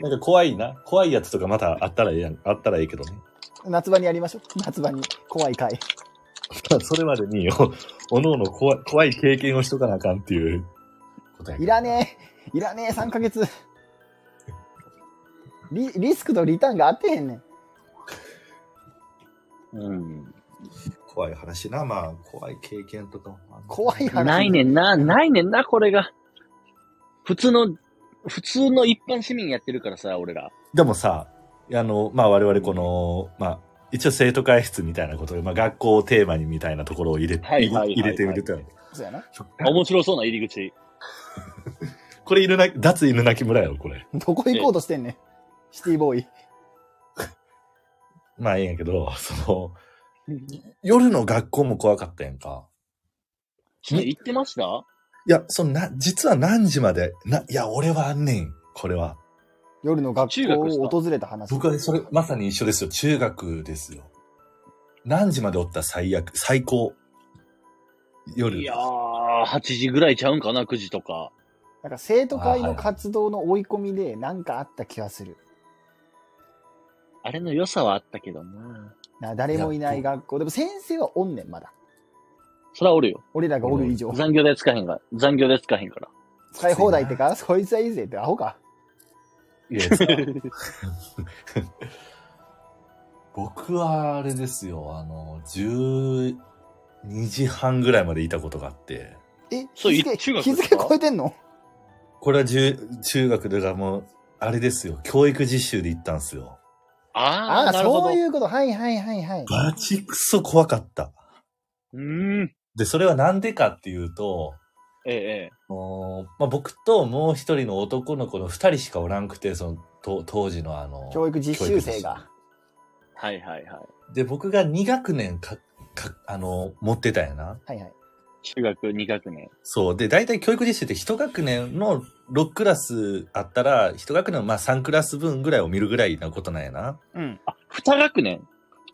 なんか怖いな。怖いやつとかまたあったらええやん。あったらええけどね。 夏場にやりましょう。夏場に。怖い回。それまでに、お、 おのおの怖い、怖い経験をしとかなあかんっていうことやけどいらねえ。いらねえ、3ヶ月。リリスクとリターンが合ってへんねん。うん。怖い話な。まあ、怖い経験とかも。怖い話。ないねんな、ないねんな、これが。普通の、普通の一般市民やってるからさ、俺ら。でもさ、あの、まあ我々この、まあ、一応生徒会室みたいなことで、まあ学校をテーマにみたいなところを入れ、はいはいはいはい入れてみると、そうやな。面白そうな入り口。これ犬な、脱犬鳴き村やろ、これ。どこ行こうとしてんねん。シティボーイ。まあええんやけど、その、夜の学校も怖かったやんか。それ言ってましたいや、そのな、実は何時まで、な、いや、俺はあんねん、これは。夜の学中校学ですをか訪れた話。僕はそれ、まさに一緒ですよ。中学ですよ。何時までおったら最悪、最高。夜。いやー、8時ぐらいちゃうんかな、9時とか。なんか生徒会の活動の追い込みで何かあった気がする。あれの良さはあったけどな。な誰もいない学校。でも先生はおんねん、まだ。そらおるよ。俺らがおる以上。残業でつかへんから。残業でつかへんから。使い放題ってか、そいつはいいぜって、アホか。いやさ僕はあれですよ、あの、12時半ぐらいまでいたことがあって、え、そう日中付、学日ですか付超えてんのこれは中中学でがもう、あれですよ、教育実習で行ったんですよ。 あー、ああ、なるほど。そういうこと。はいはいはいはい。ガチクソ怖かった。うーん。で、それはなんでかっていうと、ええ、ええ。あのまあ、僕ともう一人の男の子の二人しかおらんくて、その、と当時のあの、教育実習生が。はいはいはい。で、僕が2学年か、か、あの、持ってたんやな。はいはい。中学2学年。そう。で、大体教育実習って一学年の6クラスあったら、一学年のまあ3クラス分ぐらいを見るぐらいなことなんやな。うん。あ、2学年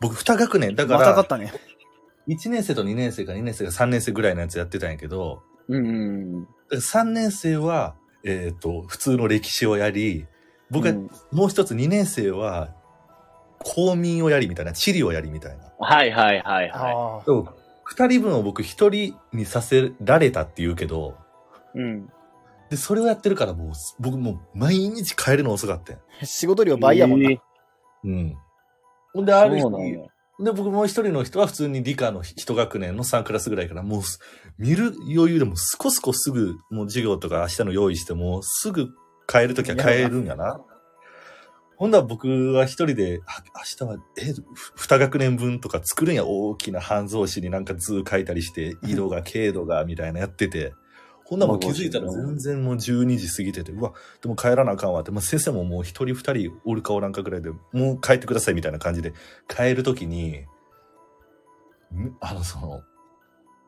僕二学年、だかまたかっら、たね。 1年生と2年生か2年生か3年生ぐらいのやつやってたんやけど、うんうんうん。 3年生は、えっ、と、普通の歴史をやり、僕はうんもう一つ2年生は、公民をやりみたいな、地理をやりみたいな。はいはいはいはああ。そう。二人分を僕一人にさせられたって言うけど、い。うん。で、それをやってるからもう、僕もう毎日帰るの遅かったん仕事量倍やもんな。ええうん。ほんで、ある日、そうなんやで、僕もう一人の人は普通に理科の一学年の3クラスぐらいから、もうす、見る余裕でもうすこすこすぐ、もう授業とか明日の用意して、もうすぐ帰るときは帰るんやな。ほんだら僕は一人で、あ明日は、え、ふ二学年分とか作るんや、大きな半蔵紙になんか図書いたりして、色が、経度が、みたいなやってて。ほんならもう気づいたら全然もう12時過ぎてて、うわ、でも帰らなあかんわって、まあ、先生ももう一人二人おるかおらんかぐらいで、もう帰ってくださいみたいな感じで、帰るときに、むあの、その、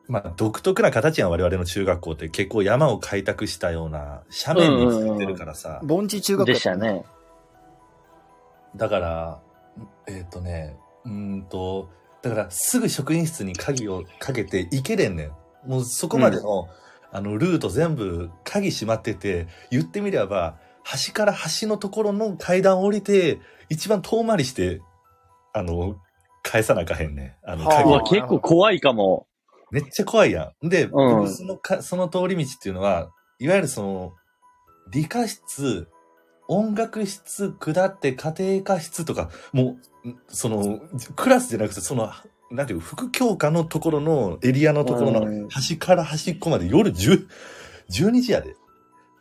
まあ、独特な形やん、我々の中学校って結構山を開拓したような斜面についてるからさ、盆地中学でやっした。ね。だから、んえっ、とね、うーんと、だからすぐ職員室に鍵をかけて行けれんねん。もうそこまでの、あの、ルート全部鍵閉まってて、言ってみれば、端から端のところの階段を降りて、一番遠回りして、あの、返さなあかへんねん。あの、はあう鍵わ、を。結構怖いかも。めっちゃ怖いやん。で、うん僕そのか、その通り道っていうのは、いわゆるその、理科室、音楽室、下って家庭科室とか、もう、んその、クラスじゃなくて、その、なんていう、副教科のところの、エリアのところうんの、端から端っこまで夜10、12時やで。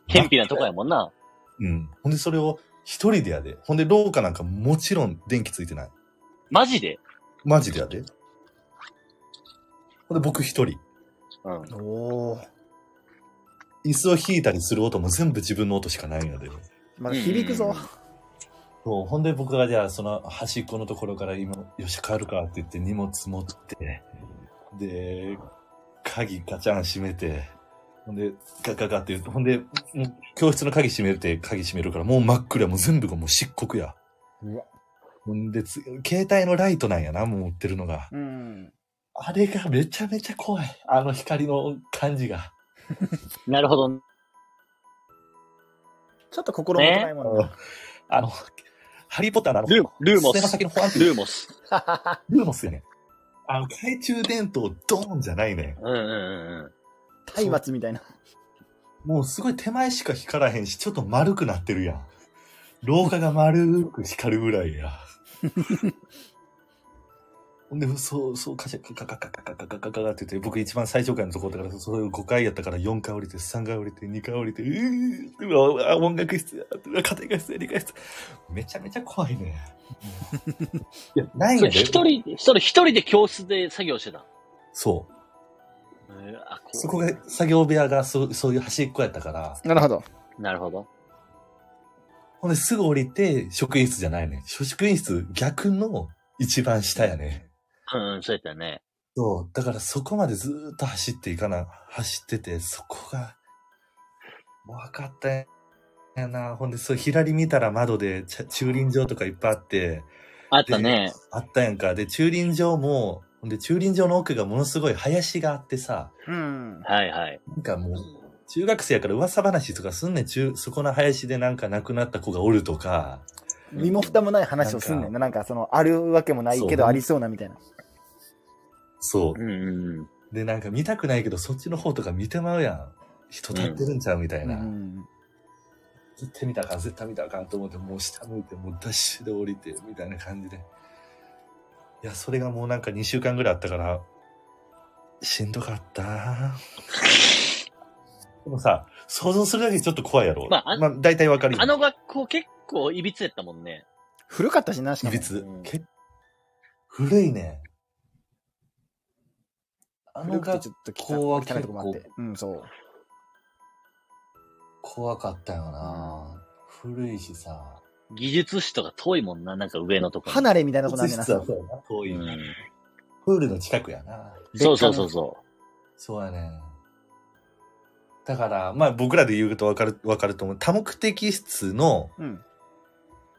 謙卑なとこやもんな。うん。ほんで、それを一人でやで。ほんで、廊下なんかもちろん電気ついてない。マジでマジでやで。ほんで、僕一人。うん。おお。椅子を引いたりする音も全部自分の音しかないので。まだ響くうんぞうん。そう、ほんで僕がじゃあその端っこのところから今、よし帰るかって言って荷物持って、で、鍵ガチャン閉めて、ほんで、ガガガって言って、ほんで、もう教室の鍵閉めて、鍵閉めるから、もう真っ暗、もう全部がもう漆黒や。うわほんでつ、携帯のライトなんやな、もう持ってるのが。うん。あれがめちゃめちゃ怖い。あの光の感じが。なるほど。ちょっと心もとないもんな。あの、ハリーポッターのあの、ルー、ルーモすねのス。先の保安ルーモス。ルーモスよね。あの、懐中電灯ドーンじゃないね。うんうんうんうん。体罰みたいな。もうすごい手前しか光らへんし、ちょっと丸くなってるやん。廊下が丸く光るぐらいや。ほんで、そう、そう、カシャカカカカカカカカカカって言って、僕一番最上階のところだから、それを5階やったから4階降りて、3階降りて、2階降りて、うーうわあ音楽室、あ家庭科室、理科室。めちゃめちゃ怖いね。いや、ないんそだれよ。一人、それ一人で教室で作業してたの。そう。えーあ、こうそこが、作業部屋がそうそういう端っこやったから、なるほど。なるほど。ほんですぐ降りて、職員室じゃないね。職員室逆の一番下やね。うん、うんそうやったよね。そう。だからそこまでずーっと走っていかな、走ってて、そこが、分かったんやな。ほんで、そう、左見たら窓で、ちゃ駐輪場とかいっぱいあって、あったね。あったやんか。で、駐輪場も、ほんで、駐輪場の奥がものすごい林があってさ、うん。はいはい。なんかもう、中学生やから噂話とかすんねん。中そこの林でなんか亡くなった子がおるとか、身も蓋もない話をすんねんな。なんか、その、あるわけもないけそうど、ありそうなみたいな。そうう。んうんうん。で、なんか見たくないけど、そっちの方とか見てまうやん。人立ってるんちゃうみたいうな。ん。絶対見たらあかん、絶対見たらあかんと思って、もう下向いて、もうダッシュで降りて、みたいな感じで。いや、それがもうなんか2週間ぐらいあったから、しんどかった。でもさ、想像するだけでちょっと怖いやろ。ままあああ、大体わかるよあの学校結構いびつやったもんね。古かったしな、しいかもび。つうん。け古いね。あの古くて学ちょっとこうは汚い汚いとこもあって結。うん、そう。怖かったよな。古いしさ。技術士とか遠いもんな、なんか上のとこ。離れみたいなとこな物んじゃ質なはそうやな。遠ういよな。ん。プールの近くやな。そうそうそうそそうやね。だから、まあ僕らで言うとわかる、わかると思う。多目的室の、うん。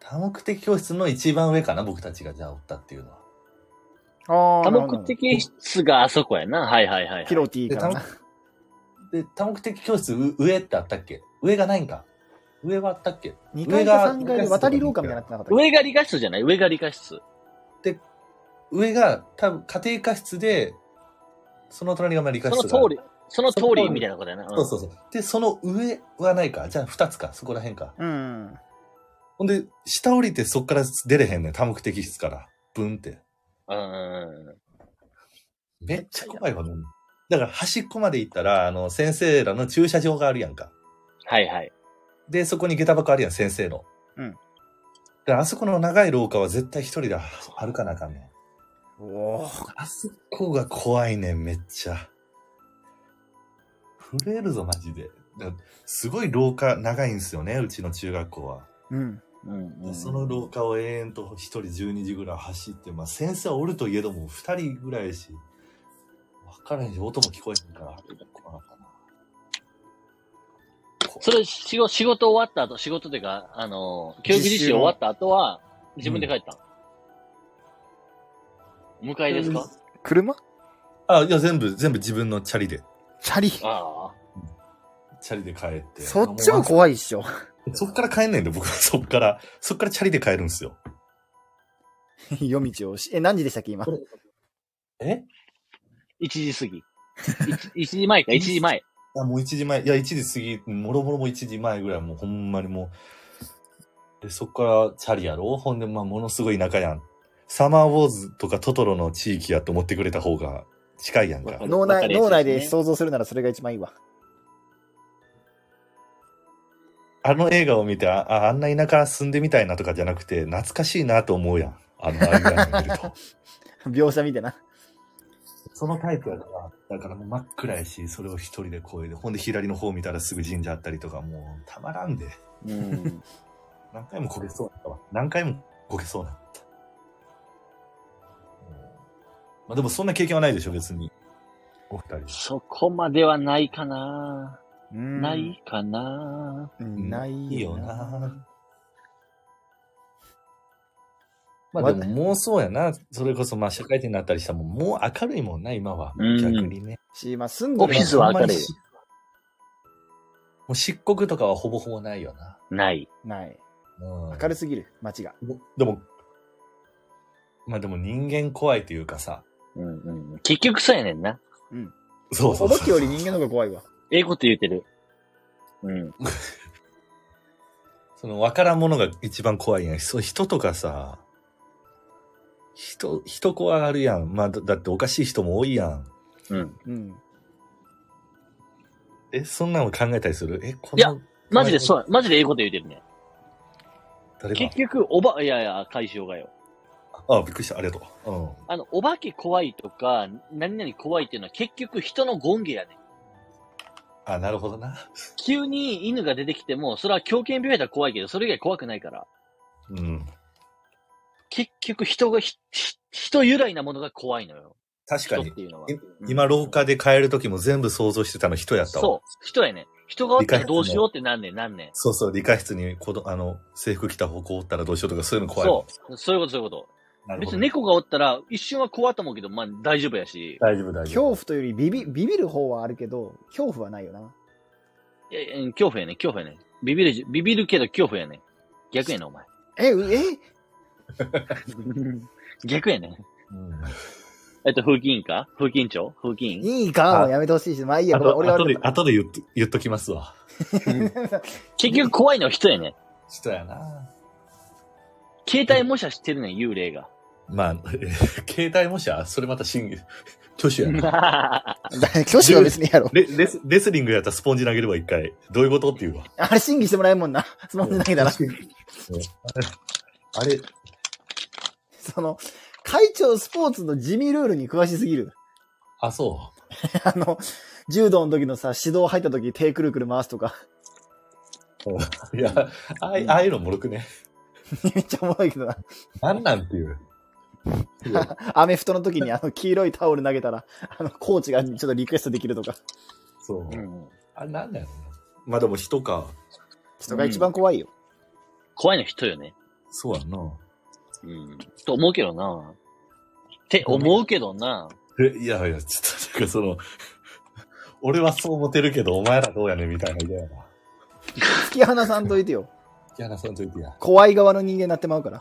多目的教室の一番上かな、僕たちがじゃあおったっていうのは。あう。あ。な多るほど目。的室があそこやな。はいはいはい、はい。広いで、から多な目。で多目的教室う上ってあったっけ上がないんか上はあったっけ2階上かが3階で渡り廊下みたいになってなかったっけ上が理科室じゃない上が理科室。上が多分家庭科室で、その隣がまあ理科そ室のが。通り。、その通りみたいなことやな。そうそうそう。で、その上はないかじゃあ二つかそこら辺か。うん。ほんで、下降りてそっから出れへんねん多目的室から。ブンって。うん。うんうんめっちゃ怖いわ、もうだから端っこまで行ったら、あの、先生らの駐車場があるやんか。はいはい。で、そこに下駄箱あるやん、先生の。うん。で、あそこの長い廊下は絶対一人で歩かなあかんねん。おーあそこが怖いねん、めっちゃ。震えるぞ、マジで。だすごい廊下長いんですよね、うちの中学校は。うん。うんうん、その廊下を永遠と一人12時ぐらい走って、まあ先生はおるといえども二人ぐらいやし、わからへんし、音も聞こえへんから、怖かったな。それ、仕事、仕事終わった後、仕事というか、あのー、教育実習終わった後は、自分で帰ったの、迎えですか、車あ、いや、全部、全部自分のチャリで、チャリ。ああ。チャリで帰って。そっちは怖いっしょ。 そっから帰んねんで、僕はそっから、そっからチャリで帰るんですよ。夜道をし。え、何時でしたっけ、今。え1時過ぎ。1時 前か、1時前。あ、もう1時前、いや、1時過ぎ、もろもろもう1時前ぐらい、もうほんまにもう。で、そっからチャリやろほんで、まあ、ものすごい田舎やん。サマーウォーズとかトトロの地域やと思ってくれた方が近いやんか。わ脳わか内、りやすいですね脳内で想像するならそれが一番いいわ。あの映画を見て、あ、ああんな田舎住んでみたいなとかじゃなくて、懐かしいなと思うやん。あの、ああいうアニメ見ると。描写見てな。 そのタイプやから、だからもう真っ暗やし、それを一人で越えて、ほんで左の方見たらすぐ神社あったりとか、もうたまらんで。うん。何回もこけそうだったわ。何回もこけそうだった。うんまあでもそんな経験はないでしょ、別に。お二人。そこまではないかな、なないかなうんないよな。。まあでも妄想やな。それこそまあ社会人になったりしたらもうもう明るいもんな、今は。うん逆にね。し、まあ、住んでオフィスは明るいもう漆黒とかはほぼほぼないよな。ない。ない。うん明るすぎる、街が。でも、まあでも人間怖いというかさ、うんうん。結局さやねんな。うん。そうそおうそ化うけより人間の方が怖いわ。ええこと言うてる。うん。その分からんものが一番怖いやん。そう、人とかさ、人、人怖がるやん。まあだだっておかしい人も多いやん。うん。うん。え、そんなの考えたりするえ、こいやの、マジでそうや、マジでええこと言うてるね。誰が結局、おば、いやいや、対象がよ。あびっくりした。ありがとう。うん。あの、お化け怖いとか、何々怖いっていうのは結局人の権限やねん。あ、なるほどな。急に犬が出てきても、それは狂犬病やったら怖いけど、それ以外怖くないから。うん。結局人がひ、ひ人由来なものが怖いのよ。確か人っに。ていうのは。いうん今、廊下で帰る時も全部想像してたの人やったわ。そう。人やねん。人がおったらどうしようってなんねん、なんねん。そうそう、理科室に子ど、あの、制服着た方向おったらどうしようとかそういうの怖い。そう。そういうこと、そういうこと。う。なるほ別ど。に猫がおったら、一瞬は怖いと思うけど、まあ大丈夫やし。大丈夫、大丈恐夫。怖というよりビビ、ビビる方はあるけど、恐怖はないよな。いやいやうん恐怖やねん、恐怖やねん。ビビるじ、ビビるけど恐怖やねん。逆やねん、お前。え、うえ逆やねん。うんえっと、風紀委員か風紀委員長風紀委員いいかあやめてほしいし。まあいいや、あごめんと俺が後悪でか、った後で言っと言っときますわ。結局怖いのは人やねん。人やな。携帯模写してるねん、幽霊が。まあ、 え携帯模写それまた真偽。 挙手やな。だ 挙手は別にいいやろ。レレスレスリングやったらスポンジ投げれば一回。どういうことっていうわ。あれ審議してもらえんもんな。スマホだけだな。あれ、その、会長スポーツの地味ルールに詳しすぎる。 あ、そあの、柔道の時のさ、指導入った時手くるくる回すとか、 う。いや、ああいああいうのもろくね。めっちゃおもろいけどな。なんなんって いう。アメフトの時にあの黄色いタオル投げたら、あの、コーチがちょっとリクエストできるとか。そうう。んあれなんだよね。まあでも人か。人が一番怖いよ。怖いの人よね。そうやんな。うん。と思うけどな。って思うけどな。え、いやいや、ちょっと、 なんかその、俺はそう思ってるけど、お前らどうやねんみたいな嫌やな。突き放さんといてよ。嫌な、その時や。怖い側の人間になってまうから。